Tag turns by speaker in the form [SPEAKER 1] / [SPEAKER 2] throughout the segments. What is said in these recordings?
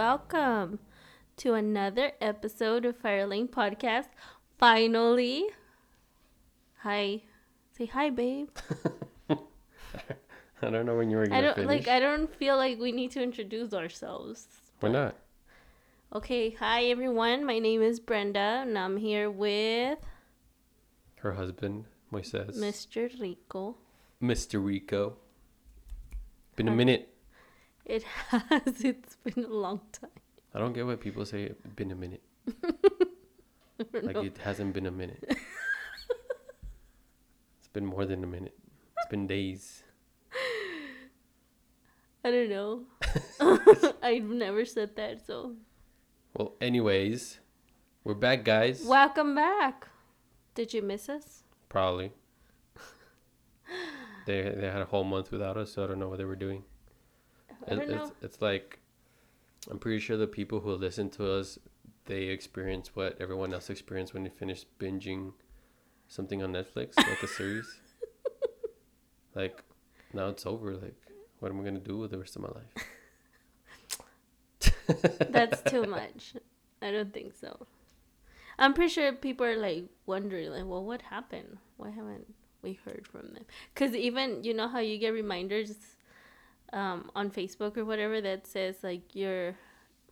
[SPEAKER 1] welcome to another episode of Firelink Podcast. Finally, hi, say hi, babe.
[SPEAKER 2] I don't know when you were
[SPEAKER 1] I
[SPEAKER 2] gonna
[SPEAKER 1] don't
[SPEAKER 2] finish.
[SPEAKER 1] like. I don't feel like we need to introduce ourselves.
[SPEAKER 2] Why not?
[SPEAKER 1] Okay, hi everyone. My name is Brenda, and I'm here with
[SPEAKER 2] Her husband, Moises,
[SPEAKER 1] Mr. Rico.
[SPEAKER 2] Mr. Rico. Been a
[SPEAKER 1] Hi.
[SPEAKER 2] minute.
[SPEAKER 1] It has. It's been a long time.
[SPEAKER 2] I don't get what people say. "It's Been a minute.
[SPEAKER 1] I don't
[SPEAKER 2] Like
[SPEAKER 1] know.
[SPEAKER 2] it hasn't been a minute. it's been more than a minute. It's been days.
[SPEAKER 1] I don't know. I've never said that. So
[SPEAKER 2] Well, anyways, we're back, guys.
[SPEAKER 1] welcome back. Did you miss us?
[SPEAKER 2] Probably. They they had a whole month without us, so I don't know what they were doing.
[SPEAKER 1] I
[SPEAKER 2] It-
[SPEAKER 1] don't know.
[SPEAKER 2] It's, it's like I'm pretty sure the people who listen to us they experience what everyone else experienced when they finish binging something on Netflix, like a series. like now it's over. Like what am I gonna do with the rest of my life?
[SPEAKER 1] That's too much. I don't think so. I'm pretty sure people are like wondering, like, well, what happened? Why haven't we heard from them? Because even you know how you get reminders um, on Facebook or whatever that says like your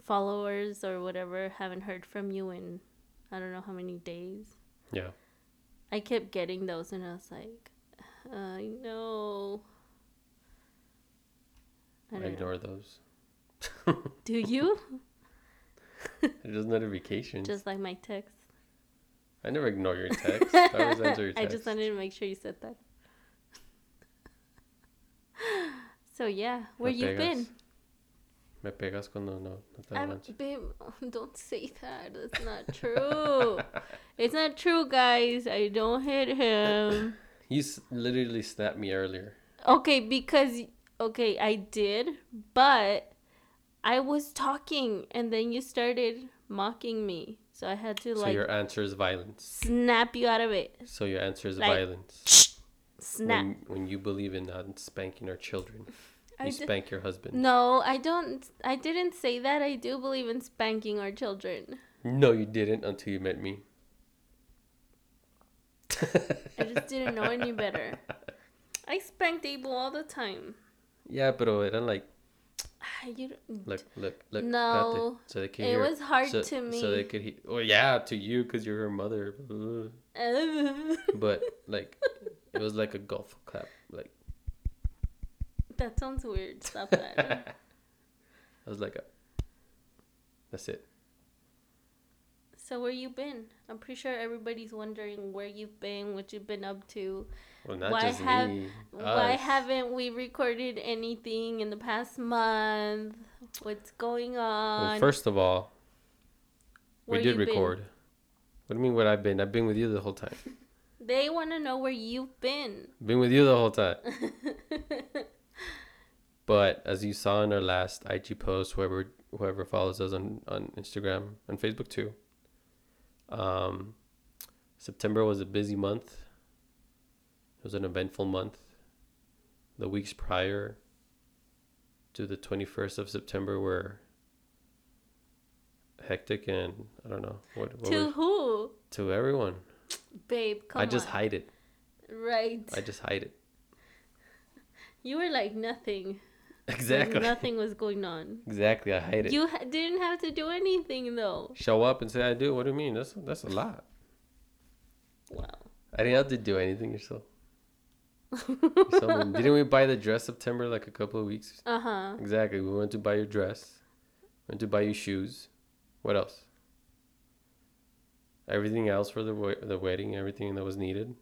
[SPEAKER 1] followers or whatever haven't heard from you in I don't know how many days.
[SPEAKER 2] Yeah,
[SPEAKER 1] I kept getting those, and I was like, I know. I
[SPEAKER 2] I,
[SPEAKER 1] don't know.
[SPEAKER 2] ignore those.
[SPEAKER 1] Do you?
[SPEAKER 2] There's notifications.
[SPEAKER 1] Just like my text.
[SPEAKER 2] I never ignore your text. I always answer your
[SPEAKER 1] I
[SPEAKER 2] text.
[SPEAKER 1] just wanted to make sure you said that. so yeah, where
[SPEAKER 2] Me
[SPEAKER 1] you been?
[SPEAKER 2] pegas. Me pegas cuando no, no te
[SPEAKER 1] I'm,
[SPEAKER 2] manches.
[SPEAKER 1] babe, don't say that. That's not true. it's not true, guys. I don't hit him.
[SPEAKER 2] You s- literally snapped me earlier.
[SPEAKER 1] Okay, because okay, I did, but I was talking, and then you started mocking me, so I had to
[SPEAKER 2] So
[SPEAKER 1] like
[SPEAKER 2] your answer is violence.
[SPEAKER 1] snap you out of it.
[SPEAKER 2] So your answer is
[SPEAKER 1] Like,
[SPEAKER 2] violence.
[SPEAKER 1] Snap.
[SPEAKER 2] When, when you believe in not spanking our children,
[SPEAKER 1] I
[SPEAKER 2] you
[SPEAKER 1] did-
[SPEAKER 2] spank your husband.
[SPEAKER 1] No, I don't. I didn't say that. I do believe in spanking our children.
[SPEAKER 2] No, you didn't until you met me.
[SPEAKER 1] I just didn't know any better. I spanked Abel all the time.
[SPEAKER 2] yeah, pero eran like,
[SPEAKER 1] Ah, You don't-
[SPEAKER 2] look, look, look. espérate.
[SPEAKER 1] No,
[SPEAKER 2] so they could
[SPEAKER 1] it
[SPEAKER 2] hear.
[SPEAKER 1] was hard
[SPEAKER 2] so,
[SPEAKER 1] to me.
[SPEAKER 2] So they could hear. Oh yeah, to you because you're her mother. Ugh. But like, it was like a golf clap. Like
[SPEAKER 1] that sounds weird. Stop that.
[SPEAKER 2] I was like, a, that's it.
[SPEAKER 1] so where you been? I'm pretty sure everybody's wondering where you've been, what you've been up to.
[SPEAKER 2] Well, not
[SPEAKER 1] Why
[SPEAKER 2] just
[SPEAKER 1] have-
[SPEAKER 2] me.
[SPEAKER 1] Why
[SPEAKER 2] us.
[SPEAKER 1] haven't we recorded anything in the past month? What's going on?
[SPEAKER 2] Well, first of all,
[SPEAKER 1] Where
[SPEAKER 2] we did
[SPEAKER 1] you been?
[SPEAKER 2] record. What do you mean? What I've been? I've been with you the whole time.
[SPEAKER 1] They want to know where you've been.
[SPEAKER 2] Been with you the whole time. But as you saw in our last IG post, whoever whoever follows us on on Instagram and Facebook too. Um, September was a busy month. It was an eventful month. The weeks prior to the twenty first of September were hectic and I don't know what, what
[SPEAKER 1] to
[SPEAKER 2] was-
[SPEAKER 1] who?
[SPEAKER 2] to everyone.
[SPEAKER 1] Babe, come
[SPEAKER 2] I just
[SPEAKER 1] on.
[SPEAKER 2] hide it.
[SPEAKER 1] Right.
[SPEAKER 2] I just hide it.
[SPEAKER 1] You were like nothing. Like
[SPEAKER 2] Exactly.
[SPEAKER 1] nothing was going on.
[SPEAKER 2] Exactly. I hide it.
[SPEAKER 1] You ha- didn't have to do anything though.
[SPEAKER 2] Show up and say I do. What do you mean? That's that's a lot.
[SPEAKER 1] Wow.
[SPEAKER 2] I didn't have to do anything yourself. So mean. Didn't we buy the dress September like a couple of weeks?
[SPEAKER 1] uh huh.
[SPEAKER 2] Exactly. We went to buy your dress. Went to buy you shoes. What else? Everything else for the we- the wedding, everything that was needed.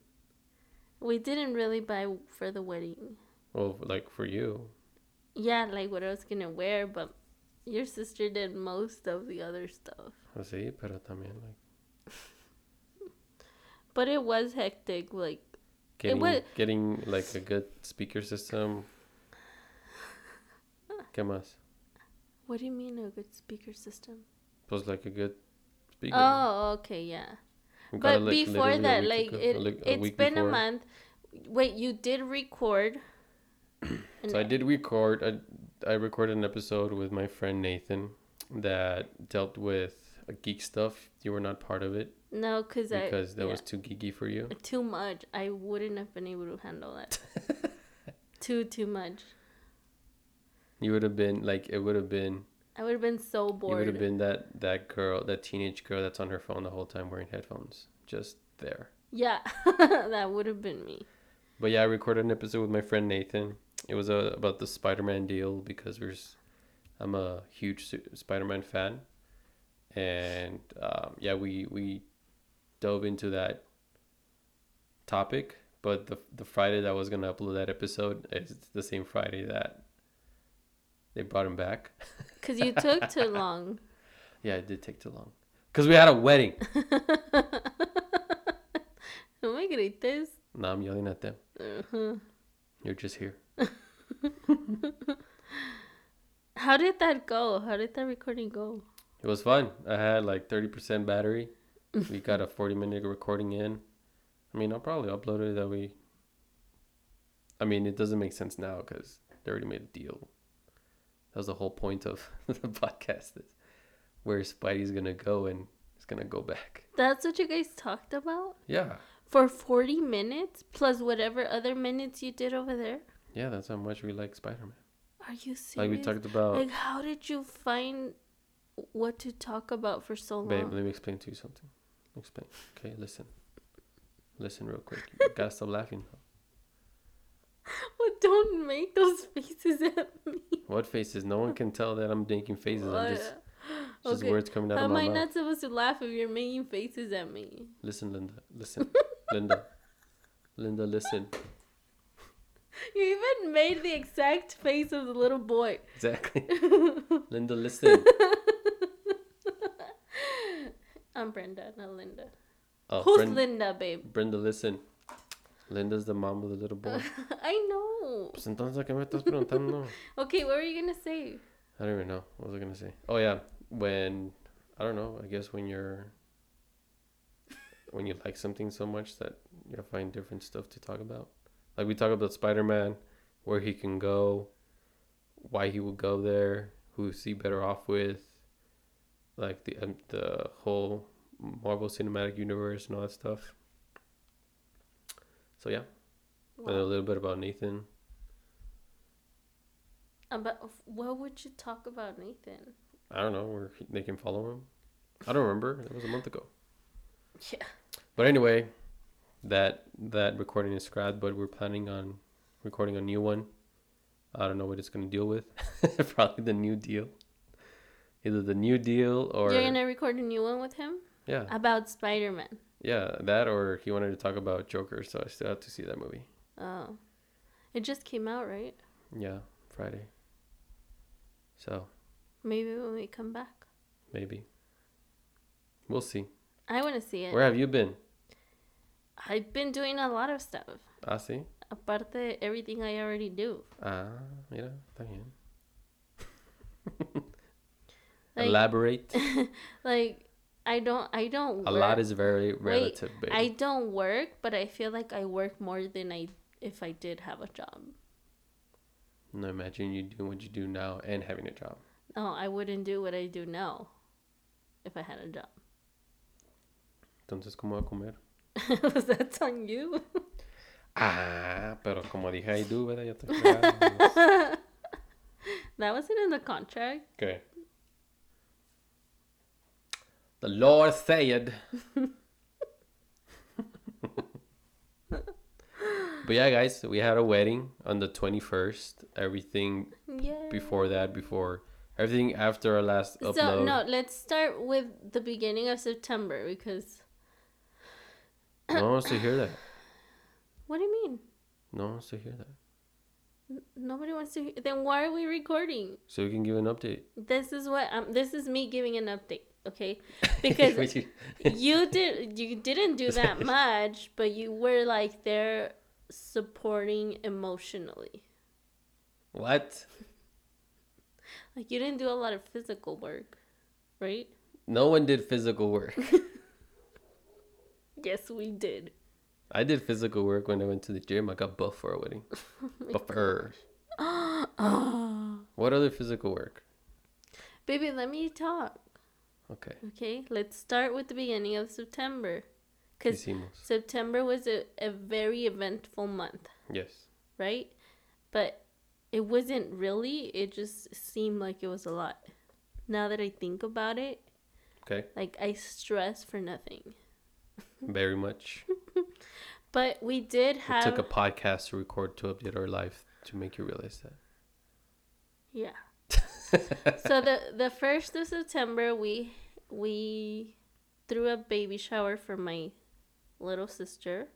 [SPEAKER 1] We didn't really buy for the wedding.
[SPEAKER 2] Well, like for you,
[SPEAKER 1] Yeah, like what I was gonna wear, but your sister did most of the other stuff.
[SPEAKER 2] así, pero también like
[SPEAKER 1] But it was hectic. Like
[SPEAKER 2] getting
[SPEAKER 1] was-
[SPEAKER 2] getting like a good speaker system. ¿Qué más?
[SPEAKER 1] what do you mean a good speaker system?
[SPEAKER 2] Was like a good speaker.
[SPEAKER 1] Oh, okay, yeah.
[SPEAKER 2] We got it,
[SPEAKER 1] But
[SPEAKER 2] like,
[SPEAKER 1] before
[SPEAKER 2] literally a
[SPEAKER 1] that,
[SPEAKER 2] week
[SPEAKER 1] like
[SPEAKER 2] ago-
[SPEAKER 1] it,
[SPEAKER 2] like,
[SPEAKER 1] it's
[SPEAKER 2] week
[SPEAKER 1] been a
[SPEAKER 2] before.
[SPEAKER 1] month. Wait, you did record. uh,
[SPEAKER 2] So I did record. I, I recorded an episode with my friend Nathan. that dealt with geek stuff. You were not part of it
[SPEAKER 1] No, cause
[SPEAKER 2] because
[SPEAKER 1] I,
[SPEAKER 2] that
[SPEAKER 1] yeah.
[SPEAKER 2] was too geeky for you.
[SPEAKER 1] too much. I wouldn't have been able to handle that. too too much.
[SPEAKER 2] You would have been like it would have been
[SPEAKER 1] I would have been so
[SPEAKER 2] you would
[SPEAKER 1] bored.
[SPEAKER 2] have been that that girl, that teenage girl that's on her phone the whole time wearing headphones, just there.
[SPEAKER 1] Yeah, that would have been me.
[SPEAKER 2] But yeah, I recorded an episode with my friend Nathan. It was uh, about the Spider-Man deal because we're, s- I'm a huge Su- Spider-Man fan, and um, yeah, we we dove into that topic. But the the Friday that I was gonna upload that episode is the same Friday that they brought him back.
[SPEAKER 1] Cause you took too long.
[SPEAKER 2] Yeah, it did take too long because we had a wedding.
[SPEAKER 1] No me grites.
[SPEAKER 2] now I'm yelling at them.
[SPEAKER 1] Uh-huh.
[SPEAKER 2] You're just here.
[SPEAKER 1] How did that go? How did that recording go?
[SPEAKER 2] It was fun. I had like 30% battery. we got a 40 minute recording in. I mean, I'll probably upload it that we. I mean, it doesn't make sense now because they already made a deal. That was the whole point of the podcast is where Spidey's going to go and it's going to go back.
[SPEAKER 1] That's what you guys talked about
[SPEAKER 2] Yeah.
[SPEAKER 1] for forty minutes plus whatever other minutes you did over there.
[SPEAKER 2] Yeah, that's how much we like Spider Man.
[SPEAKER 1] Are you
[SPEAKER 2] Like we
[SPEAKER 1] serious?
[SPEAKER 2] talked about.
[SPEAKER 1] Like, how did you find what to talk about for so long?
[SPEAKER 2] Babe, let me explain to you something. Explain. Okay, listen. Listen real quick. You gotta stop laughing.
[SPEAKER 1] Well, don't make those faces at me.
[SPEAKER 2] What faces? No one can tell that I'm making faces. I'm just It's Just
[SPEAKER 1] Okay.
[SPEAKER 2] words coming out
[SPEAKER 1] How
[SPEAKER 2] of
[SPEAKER 1] am
[SPEAKER 2] my
[SPEAKER 1] I
[SPEAKER 2] mouth.
[SPEAKER 1] not supposed to laugh if you're making faces at me?
[SPEAKER 2] Listen, Linda. Listen, Linda. Linda, listen.
[SPEAKER 1] You even made the exact face of the little boy.
[SPEAKER 2] Exactly. Linda, listen.
[SPEAKER 1] I'm Brenda, not Linda.
[SPEAKER 2] Oh,
[SPEAKER 1] Who's
[SPEAKER 2] Brenda,
[SPEAKER 1] Linda, babe?
[SPEAKER 2] Brenda, listen. Linda's the mom of the little
[SPEAKER 1] Uh.
[SPEAKER 2] boy.
[SPEAKER 1] I know.
[SPEAKER 2] Pues entonces, ¿a ¿qué me estás preguntando?
[SPEAKER 1] Okay, what were you gonna say?
[SPEAKER 2] I don't even know. What was I gonna say? Oh yeah, when I don't know. I guess when you're when you like something so much that you find different stuff to talk about. Like we talk about Spider Man, where he can go, why he would go there, who is he better off with, like the um, the whole Marvel Cinematic Universe and all that stuff. So yeah, and a
[SPEAKER 1] Wow.
[SPEAKER 2] little bit about Nathan.
[SPEAKER 1] About what would you talk about, Nathan?
[SPEAKER 2] I don't know where he- they can follow him. I don't remember. That was a month ago.
[SPEAKER 1] Yeah.
[SPEAKER 2] But anyway, that that recording is scrapped, but we're planning on recording a new one. I don't know what it's gonna deal with. Probably the new deal. Either the new deal or
[SPEAKER 1] You're gonna record a new one with him
[SPEAKER 2] yeah,
[SPEAKER 1] about Spider-Man.
[SPEAKER 2] yeah, that or he wanted to talk about Joker, so I still have to see that movie.
[SPEAKER 1] Oh, it just came out, right?
[SPEAKER 2] Yeah, Friday. So
[SPEAKER 1] Maybe when we come back,
[SPEAKER 2] maybe we'll see.
[SPEAKER 1] I want to see it.
[SPEAKER 2] Where have you been?
[SPEAKER 1] I've been doing a lot of stuff.
[SPEAKER 2] Ah, sí.
[SPEAKER 1] Aparte, everything I already do.
[SPEAKER 2] Ah, mira, está bien.
[SPEAKER 1] Like,
[SPEAKER 2] Elaborate.
[SPEAKER 1] like I don't, I don't. Work.
[SPEAKER 2] A lot is very relative, baby.
[SPEAKER 1] I don't work, but I feel like I work more than I if I did have a job.
[SPEAKER 2] No, imagine you doing what you do now and having a job.
[SPEAKER 1] No, I wouldn't do what I do now if I had a job.
[SPEAKER 2] Entonces, ¿cómo va a comer?
[SPEAKER 1] That's on you.
[SPEAKER 2] Ah, pero como dije, I do, ¿verdad? Ya te fregaron.
[SPEAKER 1] That wasn't in the contract.
[SPEAKER 2] Okay. The Lord said. but yeah, guys, we had a wedding on the 21st. Everything
[SPEAKER 1] Yeah.
[SPEAKER 2] before that, before everything after our last upload.
[SPEAKER 1] So no, let's start with the beginning of September because
[SPEAKER 2] no one wants to hear that.
[SPEAKER 1] what do you mean?
[SPEAKER 2] No one wants to hear that.
[SPEAKER 1] Nobody wants to. Hear, then why are we recording?
[SPEAKER 2] So we can give an update.
[SPEAKER 1] This is what um. This is me giving an update, okay? Because
[SPEAKER 2] Wait, you-
[SPEAKER 1] you did you didn't do that much, but you were like there supporting emotionally.
[SPEAKER 2] what?
[SPEAKER 1] Like you didn't do a lot of physical work, right?
[SPEAKER 2] No one did physical work.
[SPEAKER 1] Yes, we did.
[SPEAKER 2] I did physical work when I went to the gym. I got buff for a wedding. Buffer.
[SPEAKER 1] Oh,
[SPEAKER 2] What other physical work?
[SPEAKER 1] Ah. Baby, let me talk.
[SPEAKER 2] Okay.
[SPEAKER 1] Okay, let's start with the beginning of September.
[SPEAKER 2] ¿Qué
[SPEAKER 1] Because
[SPEAKER 2] hicimos?
[SPEAKER 1] September was a, a very eventful month,
[SPEAKER 2] Yes.
[SPEAKER 1] right? But it wasn't really, it just seemed like it was a lot. Now that I think about it,
[SPEAKER 2] Okay.
[SPEAKER 1] like I stress for nothing.
[SPEAKER 2] Very much.
[SPEAKER 1] But we did
[SPEAKER 2] It
[SPEAKER 1] have.
[SPEAKER 2] took a podcast to record to update our life to make you realize
[SPEAKER 1] yeah.
[SPEAKER 2] that.
[SPEAKER 1] so the the first of September we we threw a baby shower for my little sister.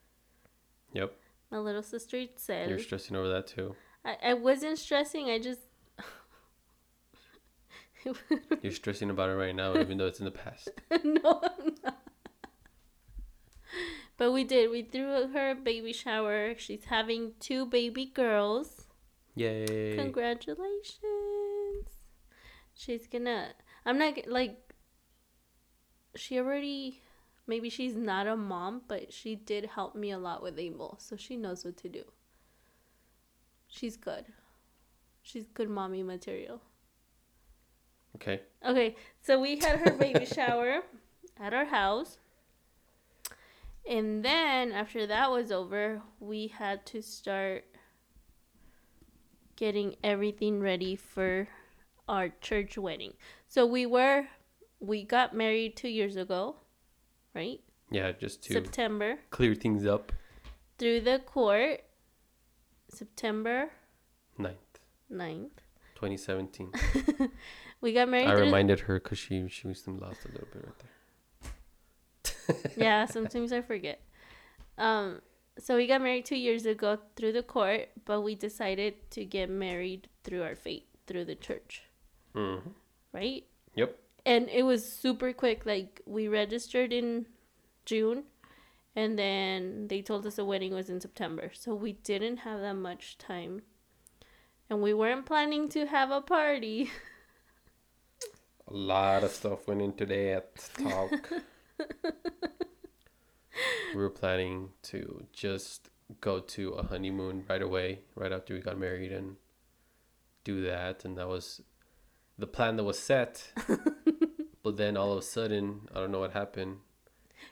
[SPEAKER 2] yep.
[SPEAKER 1] My little sister Itzel.
[SPEAKER 2] You're stressing over that too.
[SPEAKER 1] I, I wasn't stressing, I just
[SPEAKER 2] You're stressing about it right now, even though it's in the past.
[SPEAKER 1] no I'm not. But we did. We threw her a baby shower. She's having two baby girls.
[SPEAKER 2] Yay.
[SPEAKER 1] Congratulations. She's gonna. I'm not g- like. She already. Maybe she's not a mom, but she did help me a lot with Abel, so she knows what to do. She's good. She's good mommy material.
[SPEAKER 2] okay.
[SPEAKER 1] Okay, so we had her baby shower at our house. And then after that was over, we had to start getting everything ready for our church wedding. So we were we got married 2 years ago, right?
[SPEAKER 2] Yeah, just to
[SPEAKER 1] September
[SPEAKER 2] clear things up.
[SPEAKER 1] through the court September
[SPEAKER 2] 9th,
[SPEAKER 1] 9th.
[SPEAKER 2] 2017.
[SPEAKER 1] We got married
[SPEAKER 2] I
[SPEAKER 1] through-
[SPEAKER 2] reminded her because she, she was lost a little bit right there.
[SPEAKER 1] yeah, sometimes I forget. Um, so we got married two years ago through the court, but we decided to get married through our faith, through the church,
[SPEAKER 2] hmm
[SPEAKER 1] right?
[SPEAKER 2] Yep.
[SPEAKER 1] And it was super quick. Like we registered in June, and then they told us the wedding was in September, so we didn't have that much time, and we weren't planning to have a party.
[SPEAKER 2] A lot of stuff went into that talk. we were planning to just go to a honeymoon right away, right after we got married, and do that. And that was the plan that was set. but then all of a sudden, I don't know what happened.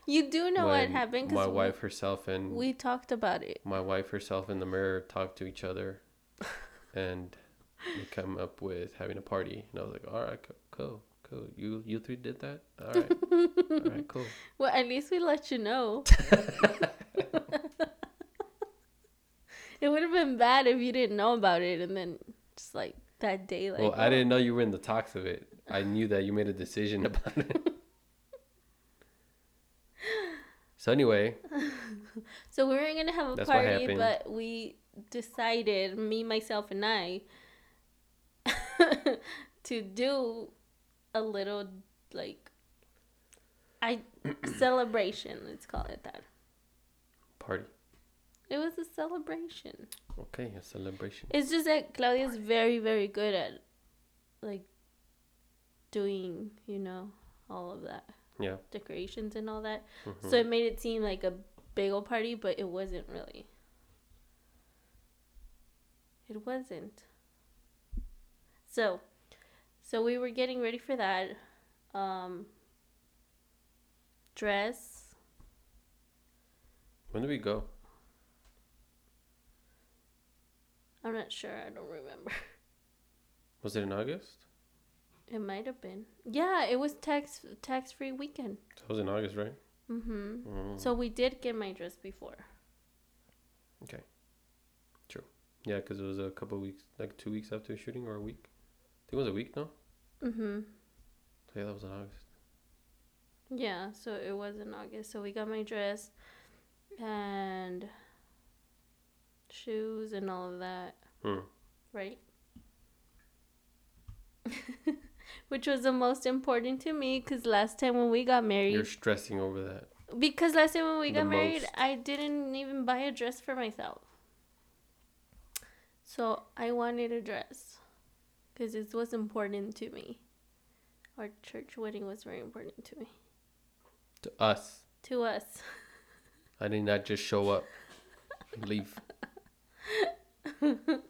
[SPEAKER 1] You do know what
[SPEAKER 2] when
[SPEAKER 1] happened
[SPEAKER 2] My
[SPEAKER 1] we-
[SPEAKER 2] wife herself and
[SPEAKER 1] we talked about it.
[SPEAKER 2] my wife herself in the mirror talked to each other and we come up with having a party and i was like all right co- cool cool you you three did that all right all right cool
[SPEAKER 1] Well, at least we let you know. it would have been bad if you didn't know about it and then just like that day, like.
[SPEAKER 2] well i
[SPEAKER 1] oh.
[SPEAKER 2] didn't know you were in the talks of it i knew that you made a decision about it so anyway
[SPEAKER 1] So we weren't gonna have a
[SPEAKER 2] That's what
[SPEAKER 1] party,
[SPEAKER 2] happened.
[SPEAKER 1] but we decided, me, myself, and I, to do a little like, I celebration. Let's call it that.
[SPEAKER 2] party
[SPEAKER 1] It was a celebration.
[SPEAKER 2] okay a celebration
[SPEAKER 1] It's just that Claudia's very, very good at like doing, you know, all of that
[SPEAKER 2] yeah
[SPEAKER 1] decorations and all that.
[SPEAKER 2] mhm.
[SPEAKER 1] So it made it seem like a big old party, but it wasn't really. It wasn't. So, so we were getting ready for that. Um, dress.
[SPEAKER 2] when did we go
[SPEAKER 1] I'm not sure. I don't remember.
[SPEAKER 2] was it in august
[SPEAKER 1] It might have been. Yeah, it was tax tax free weekend.
[SPEAKER 2] it was in august right
[SPEAKER 1] Mm-hmm.
[SPEAKER 2] Mm.
[SPEAKER 1] So we did get my dress before.
[SPEAKER 2] yeah because it was a couple weeks like two weeks after shooting or a week i think it was a week no
[SPEAKER 1] Mm-hmm.
[SPEAKER 2] yeah that was in august
[SPEAKER 1] Yeah, so it was in August. So we got my dress and shoes and all of that,
[SPEAKER 2] Hmm.
[SPEAKER 1] right? Which was the most important to me because last time when we got married,
[SPEAKER 2] You're stressing over that.
[SPEAKER 1] because last time when we
[SPEAKER 2] The
[SPEAKER 1] got married,
[SPEAKER 2] most.
[SPEAKER 1] I didn't even buy a dress for myself. So I wanted a dress because it was important to me. Our church wedding was very important to me,
[SPEAKER 2] To us.
[SPEAKER 1] to us.
[SPEAKER 2] I did not just show up and leave.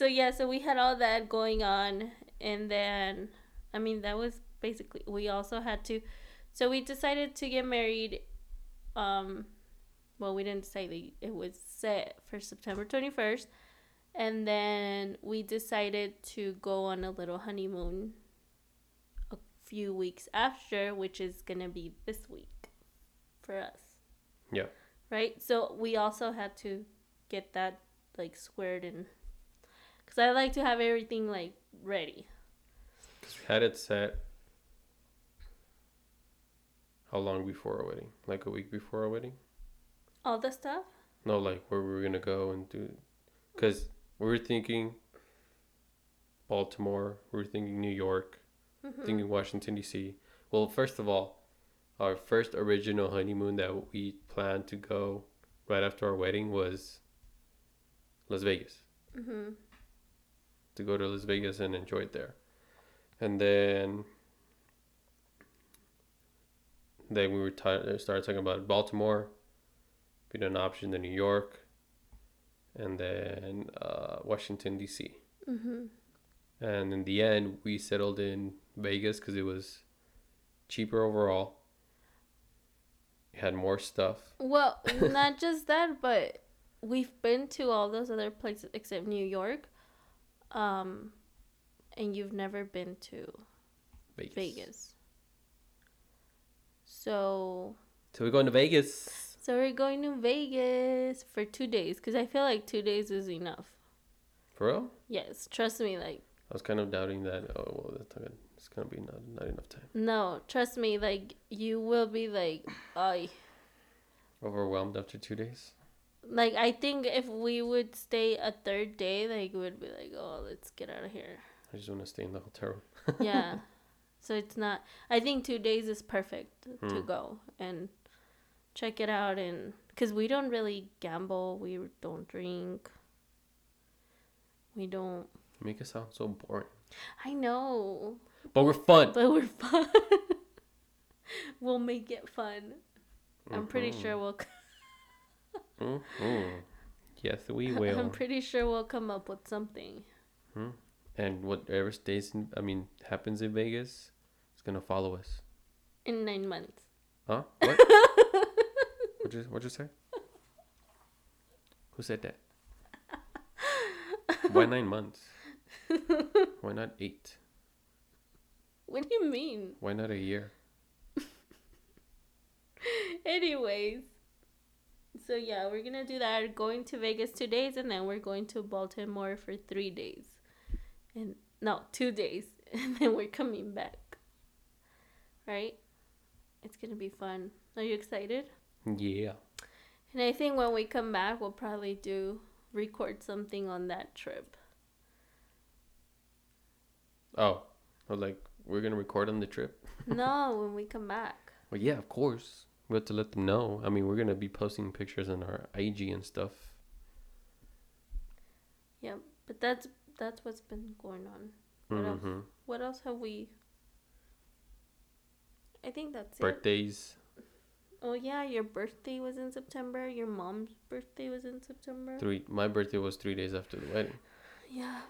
[SPEAKER 1] So yeah, so we had all that going on, and then I mean that was basically we also had to so we decided to get married um well we didn't decide the- it was set for September 21st and then we decided to go on a little honeymoon a few weeks after which is going to be this week for us
[SPEAKER 2] Yeah.
[SPEAKER 1] right so we also had to get that like squared and because i like to have everything like ready
[SPEAKER 2] Because we had it set. How long before our wedding? Like a week before our wedding?
[SPEAKER 1] all the stuff
[SPEAKER 2] No, like where we were gonna go and do. Because we were thinking Baltimore. We were thinking New York.
[SPEAKER 1] Mm-hmm.
[SPEAKER 2] Thinking Washington D.C. Well, first of all, our first original honeymoon that we planned to go right after our wedding was Las Vegas.
[SPEAKER 1] mm-hmm.
[SPEAKER 2] to go to Las Vegas and enjoy it there. And then then we were t- started talking about Baltimore being an option to New York and then uh, Washington D.C.
[SPEAKER 1] Mm-hmm.
[SPEAKER 2] And in the end, we settled in Vegas because it was cheaper overall. It had more stuff.
[SPEAKER 1] Well, not just that, but we've been to all those other places except New York. Um and you've never been to
[SPEAKER 2] Vegas.
[SPEAKER 1] Vegas. So,
[SPEAKER 2] So we're going to Vegas.
[SPEAKER 1] so we're going to Vegas for 2 days cuz I feel like 2 days is enough.
[SPEAKER 2] For real?
[SPEAKER 1] Yes, trust me like
[SPEAKER 2] I was kind of doubting that. Oh, well, that's not gonna, it's going to be not, not enough time.
[SPEAKER 1] no, trust me like you will be like I
[SPEAKER 2] Overwhelmed after two days?
[SPEAKER 1] like I think if we would stay a third day like we would be like oh, let's get out of here.
[SPEAKER 2] I just want to stay in the hotel room.
[SPEAKER 1] yeah so it's not i think two days is perfect to
[SPEAKER 2] Hmm.
[SPEAKER 1] go and check it out and because we don't really gamble we don't drink we don't
[SPEAKER 2] You make it sound so boring.
[SPEAKER 1] i know
[SPEAKER 2] But we're fun.
[SPEAKER 1] but we're fun we'll make it fun i'm pretty sure
[SPEAKER 2] Mm-hmm.
[SPEAKER 1] we'll
[SPEAKER 2] Mhm. Yes, we
[SPEAKER 1] i'm
[SPEAKER 2] will.
[SPEAKER 1] pretty sure we'll come up with something
[SPEAKER 2] and whatever stays in, I mean, happens in Vegas, it's going to follow us.
[SPEAKER 1] in nine months
[SPEAKER 2] Huh? What? what'd, you, what'd you say? Who said that? Why nine months? Why not eight?
[SPEAKER 1] what do you mean
[SPEAKER 2] Why not a year?
[SPEAKER 1] Anyways, so yeah, we're gonna do that. We're going to Vegas two days, and then we're going to Baltimore for three days, and no, two days, and then we're coming back. Right? It's gonna be fun. Are you excited?
[SPEAKER 2] Yeah.
[SPEAKER 1] And I think when we come back, we'll probably do record something on that trip.
[SPEAKER 2] Oh, I was like, we're going to record on the trip?
[SPEAKER 1] no, when we come back.
[SPEAKER 2] Well, yeah, of course. We have to let them know. I mean, we're gonna be posting pictures on our IG and stuff.
[SPEAKER 1] Yep. But that's that's what's been going on. What else?
[SPEAKER 2] Mhm.
[SPEAKER 1] What else have we? I think that's it.
[SPEAKER 2] Birthdays.
[SPEAKER 1] Oh yeah, your birthday was in September. Your mom's birthday was in September.
[SPEAKER 2] Three. My birthday was three days after the wedding.
[SPEAKER 1] Yeah,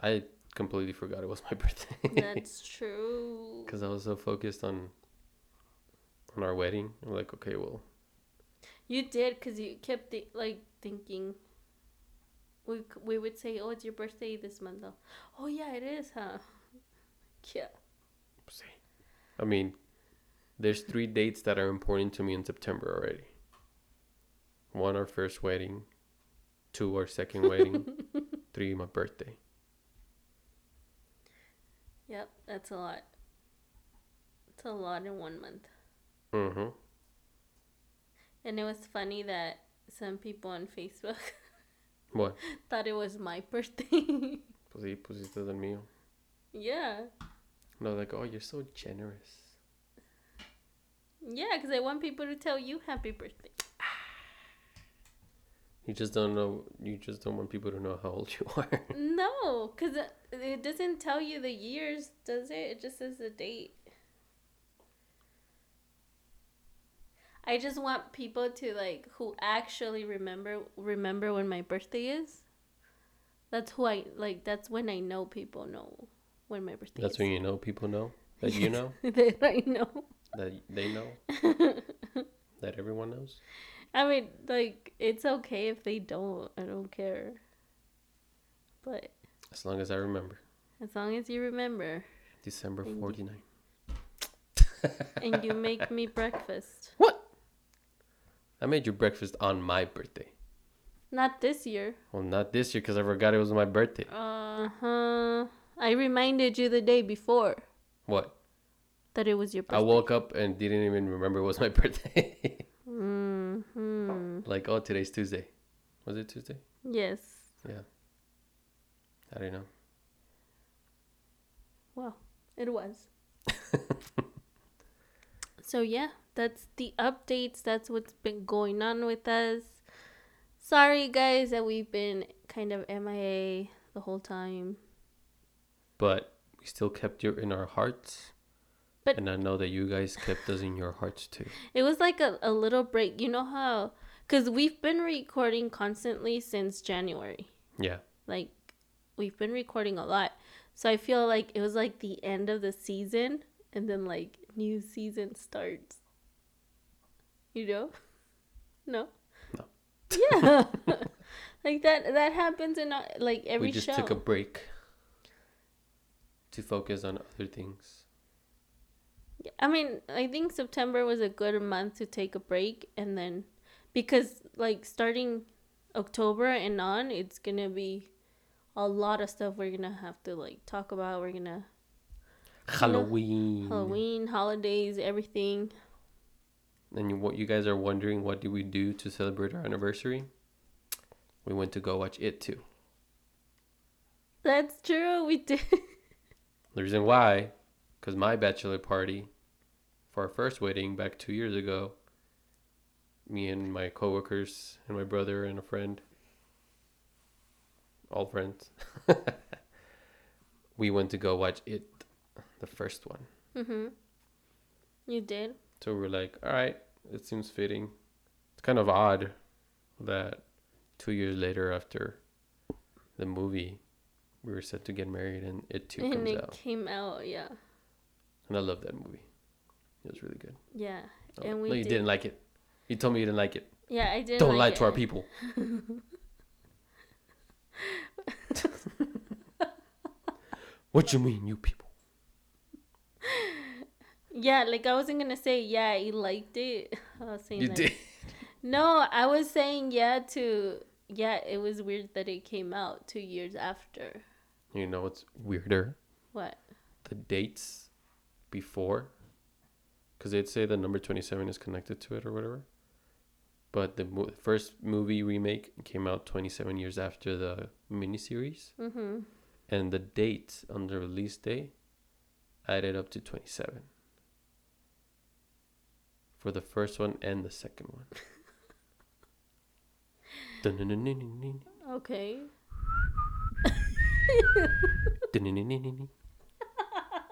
[SPEAKER 2] I completely forgot it was my birthday
[SPEAKER 1] that's true.
[SPEAKER 2] because I was so focused on on our wedding. I'm like, okay, well,
[SPEAKER 1] You did because you kept thi- like thinking. We c- we would say, oh, it's your birthday this month. Though. Oh yeah, it is, huh? Yeah.
[SPEAKER 2] see. I mean, there's three dates that are important to me in September already. One, our first wedding. Two, our second wedding. three, my birthday.
[SPEAKER 1] Yep, that's a lot. It's a lot in one month.
[SPEAKER 2] Mm-hmm.
[SPEAKER 1] And it was funny that some people on Facebook
[SPEAKER 2] What?
[SPEAKER 1] thought it was my birthday.
[SPEAKER 2] Pues sí, pusiste el mío.
[SPEAKER 1] yeah.
[SPEAKER 2] No, like, oh, you're so generous.
[SPEAKER 1] Yeah, because I want people to tell you happy birthday.
[SPEAKER 2] You just don't know. You just don't want people to know how old you are.
[SPEAKER 1] No, because it doesn't tell you the years, does it? It just says the date. I just want people to like who actually remember remember when my birthday is. That's who I like. That's when I know people know when my birthday.
[SPEAKER 2] That's
[SPEAKER 1] is.
[SPEAKER 2] when you know people know that you know
[SPEAKER 1] that I know.
[SPEAKER 2] that they know that everyone knows.
[SPEAKER 1] I mean, like it's okay if they don't. I don't care. But
[SPEAKER 2] As long as I remember,
[SPEAKER 1] as long as you remember
[SPEAKER 2] December
[SPEAKER 1] Thank you.
[SPEAKER 2] forty nine.
[SPEAKER 1] and you make me breakfast,
[SPEAKER 2] What? I made you breakfast on my birthday.
[SPEAKER 1] not this year.
[SPEAKER 2] Well, not this year because I forgot it was my birthday.
[SPEAKER 1] Uh huh. I reminded you the day before
[SPEAKER 2] What?
[SPEAKER 1] that it was your birthday.
[SPEAKER 2] I woke up and didn't even remember it was my birthday.
[SPEAKER 1] hmm
[SPEAKER 2] like, oh, today's Tuesday. Was it Tuesday?
[SPEAKER 1] Yes.
[SPEAKER 2] Yeah. I don't know.
[SPEAKER 1] Well, it was. so yeah, that's the updates. That's what's been going on with us. Sorry guys that we've been kind of MIA the whole time.
[SPEAKER 2] But we still kept you in our hearts.
[SPEAKER 1] But-
[SPEAKER 2] and I know that you guys kept us in your hearts too.
[SPEAKER 1] It was like a, a little break. You know how cuz we've been recording constantly since January.
[SPEAKER 2] Yeah.
[SPEAKER 1] Like we've been recording a lot. So I feel like it was like the end of the season and then like new season starts. You know? No.
[SPEAKER 2] No.
[SPEAKER 1] Yeah. like that that happens in uh, like every
[SPEAKER 2] we just
[SPEAKER 1] show.
[SPEAKER 2] took a break to focus on other things.
[SPEAKER 1] I mean, I think September was a good month to take a break and then because like starting October and on, it's going to be a lot of stuff we're going to have to like talk about. We're going to
[SPEAKER 2] Halloween.
[SPEAKER 1] Halloween, holidays, everything.
[SPEAKER 2] And you, what you guys are wondering, what did we do to celebrate our anniversary? We went to go watch it too.
[SPEAKER 1] That's true. We did.
[SPEAKER 2] The reason why, because my bachelor party for our first wedding back two years ago, me and my coworkers and my brother and a friend, all friends, we went to go watch it, the first one.
[SPEAKER 1] hmm You did.
[SPEAKER 2] So we were like, all right, it seems fitting. It's kind of odd that two years later after the movie, we were set to get married and it too
[SPEAKER 1] and
[SPEAKER 2] comes
[SPEAKER 1] it
[SPEAKER 2] out.
[SPEAKER 1] came out. Yeah.
[SPEAKER 2] And I love that movie. It was really good.
[SPEAKER 1] Yeah.
[SPEAKER 2] Oh,
[SPEAKER 1] And we
[SPEAKER 2] no, you
[SPEAKER 1] did-
[SPEAKER 2] did. not like it. You told me you didn't like it.
[SPEAKER 1] Yeah, I didn't.
[SPEAKER 2] Don't lie
[SPEAKER 1] like
[SPEAKER 2] to our
[SPEAKER 1] it.
[SPEAKER 2] people. what you mean, you people?
[SPEAKER 1] Yeah, like I wasn't going to say, yeah, I liked it. I was saying
[SPEAKER 2] You
[SPEAKER 1] like,
[SPEAKER 2] did.
[SPEAKER 1] No, I was saying yeah to yeah, it was weird that it came out two years after.
[SPEAKER 2] You know what's weirder?
[SPEAKER 1] What?
[SPEAKER 2] The dates before, because they'd say the number twenty-seven is connected to it or whatever. But the mo- first movie remake came out twenty-seven years after the miniseries,
[SPEAKER 1] Mm-hmm.
[SPEAKER 2] and the date on the release day added up to twenty-seven for the first one and the second one. Dun-dun-dun-dun-dun-dun.
[SPEAKER 1] Okay.
[SPEAKER 2] Do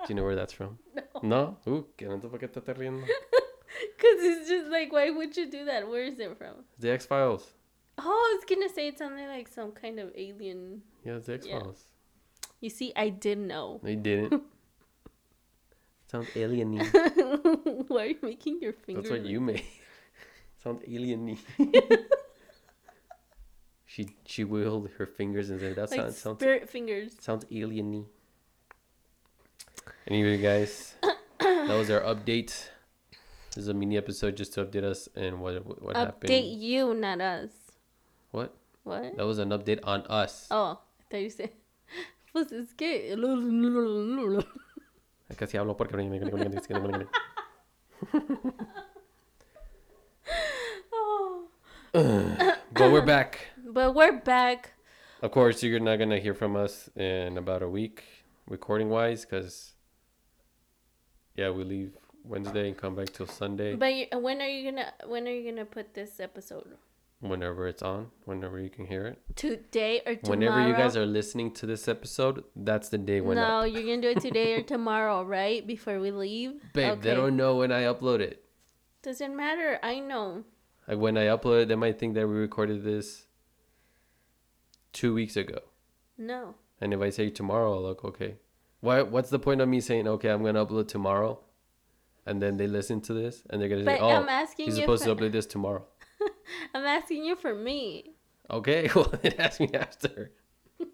[SPEAKER 2] you know where that's from? No. No? Uh, ¿qué tanto por qué te estás riendo?
[SPEAKER 1] Cause it's just like why would you do that? Where is it from?
[SPEAKER 2] The X Files.
[SPEAKER 1] Oh, I was gonna say it's something like some kind of alien.
[SPEAKER 2] Yeah, it's the X Files.
[SPEAKER 1] You see, I did know.
[SPEAKER 2] They didn't. Sounds alien
[SPEAKER 1] Why are you making your fingers?
[SPEAKER 2] That's what
[SPEAKER 1] like-
[SPEAKER 2] you made. Sounds alien She she wiggled her fingers and said, that
[SPEAKER 1] like
[SPEAKER 2] sounds, sounds,
[SPEAKER 1] spirit fingers.
[SPEAKER 2] sounds alien Anyway, guys, that was our update. This is a mini episode just to update us and what, what, what
[SPEAKER 1] Update
[SPEAKER 2] happened.
[SPEAKER 1] you, not us.
[SPEAKER 2] What?
[SPEAKER 1] What?
[SPEAKER 2] That was an update on us.
[SPEAKER 1] Oh, I thought you said. Pues es que.
[SPEAKER 2] Casi hablo porque...
[SPEAKER 1] Oh.
[SPEAKER 2] but we're back.
[SPEAKER 1] But we're back.
[SPEAKER 2] Of course, you're not going to hear from us in about a week, recording wise, because, yeah, we leave Wednesday and come back till Sunday,
[SPEAKER 1] But you, uh, when are you gonna when are you gonna put this episode?
[SPEAKER 2] whenever it's on, whenever you can hear it.
[SPEAKER 1] Today or tomorrow?
[SPEAKER 2] Whenever you guys are listening to this episode, that's the day when.
[SPEAKER 1] No,
[SPEAKER 2] I,
[SPEAKER 1] you're gonna do it today or tomorrow, right? Before we leave.
[SPEAKER 2] babe, they don't know when I upload it.
[SPEAKER 1] Doesn't matter. I know.
[SPEAKER 2] Like, when I upload it, they might think that we recorded this two weeks ago.
[SPEAKER 1] No.
[SPEAKER 2] And if I say tomorrow, I'll look okay. Why? What's the point of me saying okay? I'm gonna upload tomorrow, and then they listen to this and they're gonna
[SPEAKER 1] But um,
[SPEAKER 2] say, "Oh,
[SPEAKER 1] I'm asking
[SPEAKER 2] he's
[SPEAKER 1] you
[SPEAKER 2] supposed
[SPEAKER 1] for-
[SPEAKER 2] to upload this tomorrow."
[SPEAKER 1] I'm asking you for me.
[SPEAKER 2] Okay, well, then ask me after.
[SPEAKER 1] I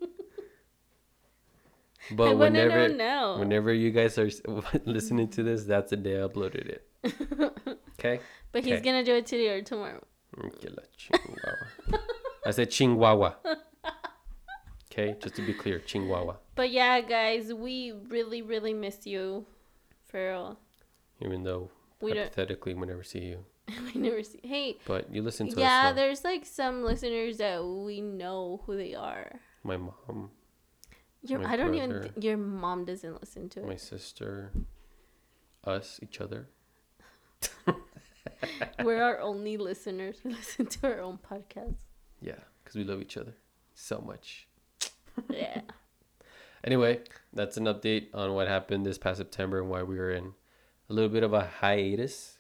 [SPEAKER 2] But
[SPEAKER 1] wanna
[SPEAKER 2] whenever,
[SPEAKER 1] know now.
[SPEAKER 2] whenever you guys are s- listening to this, that's the day I uploaded it. Okay.
[SPEAKER 1] but he's
[SPEAKER 2] Okay.
[SPEAKER 1] gonna do it today or tomorrow.
[SPEAKER 2] Que la chihuahua. I said chihuahua. Okay, just to be clear, chihuahua.
[SPEAKER 1] But yeah, guys, we really, really miss you, Farrell.
[SPEAKER 2] Even though
[SPEAKER 1] We don't.
[SPEAKER 2] hypothetically we never see you,
[SPEAKER 1] We never see. Hey,
[SPEAKER 2] but you listen to
[SPEAKER 1] yeah,
[SPEAKER 2] us. now.
[SPEAKER 1] there's like some listeners that we know who they are.
[SPEAKER 2] My mom,
[SPEAKER 1] Your,
[SPEAKER 2] My
[SPEAKER 1] I don't even.
[SPEAKER 2] brother.
[SPEAKER 1] Th- your mom doesn't listen to it.
[SPEAKER 2] my sister, us, each other.
[SPEAKER 1] We're our only listeners. We listen to our own podcast.
[SPEAKER 2] Yeah, because we love each other so much.
[SPEAKER 1] Yeah.
[SPEAKER 2] Anyway, that's an update on what happened this past September and why we were in a little bit of a hiatus.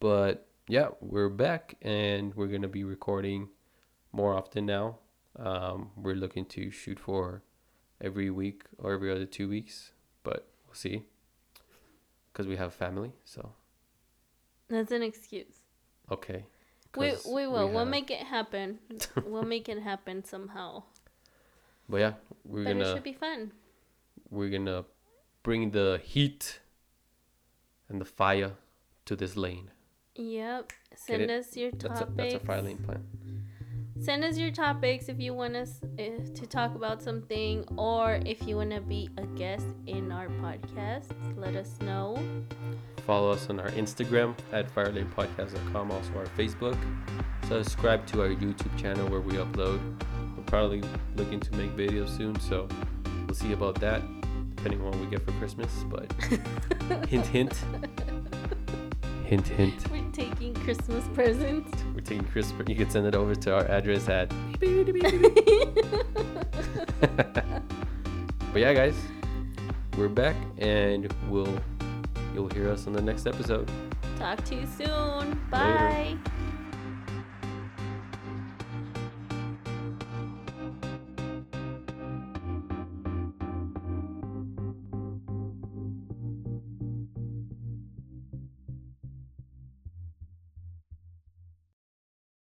[SPEAKER 2] But yeah, we're back and we're going to be recording more often now. Um, we're looking to shoot for every week or every other two weeks, but we'll see. Because we have family, so
[SPEAKER 1] That's an excuse.
[SPEAKER 2] okay.
[SPEAKER 1] We,
[SPEAKER 2] 'Cause
[SPEAKER 1] we will. We will
[SPEAKER 2] have-
[SPEAKER 1] make it happen. we'll make it happen somehow.
[SPEAKER 2] But yeah, we're
[SPEAKER 1] but it
[SPEAKER 2] gonna
[SPEAKER 1] should be fun.
[SPEAKER 2] we're gonna bring the heat and the fire to this lane.
[SPEAKER 1] Yep. Send
[SPEAKER 2] it?
[SPEAKER 1] us your
[SPEAKER 2] That's a,
[SPEAKER 1] topics.
[SPEAKER 2] that's a filing plan.
[SPEAKER 1] Send us your topics if you want us uh, to talk about something or if you want to be a guest in our podcast. Let us know.
[SPEAKER 2] Follow us on our Instagram at firelatepodcast.com, also our Facebook. Subscribe to our YouTube channel where we upload. We're probably looking to make videos soon, so we'll see about that, depending on what we get for Christmas. But hint, hint. Hint, hint.
[SPEAKER 1] We're taking Christmas presents.
[SPEAKER 2] We're taking Christmas. You can send it over to our address at. but yeah, guys, we're back, and we'll you'll hear us on the next episode.
[SPEAKER 1] Talk to you soon. Bye.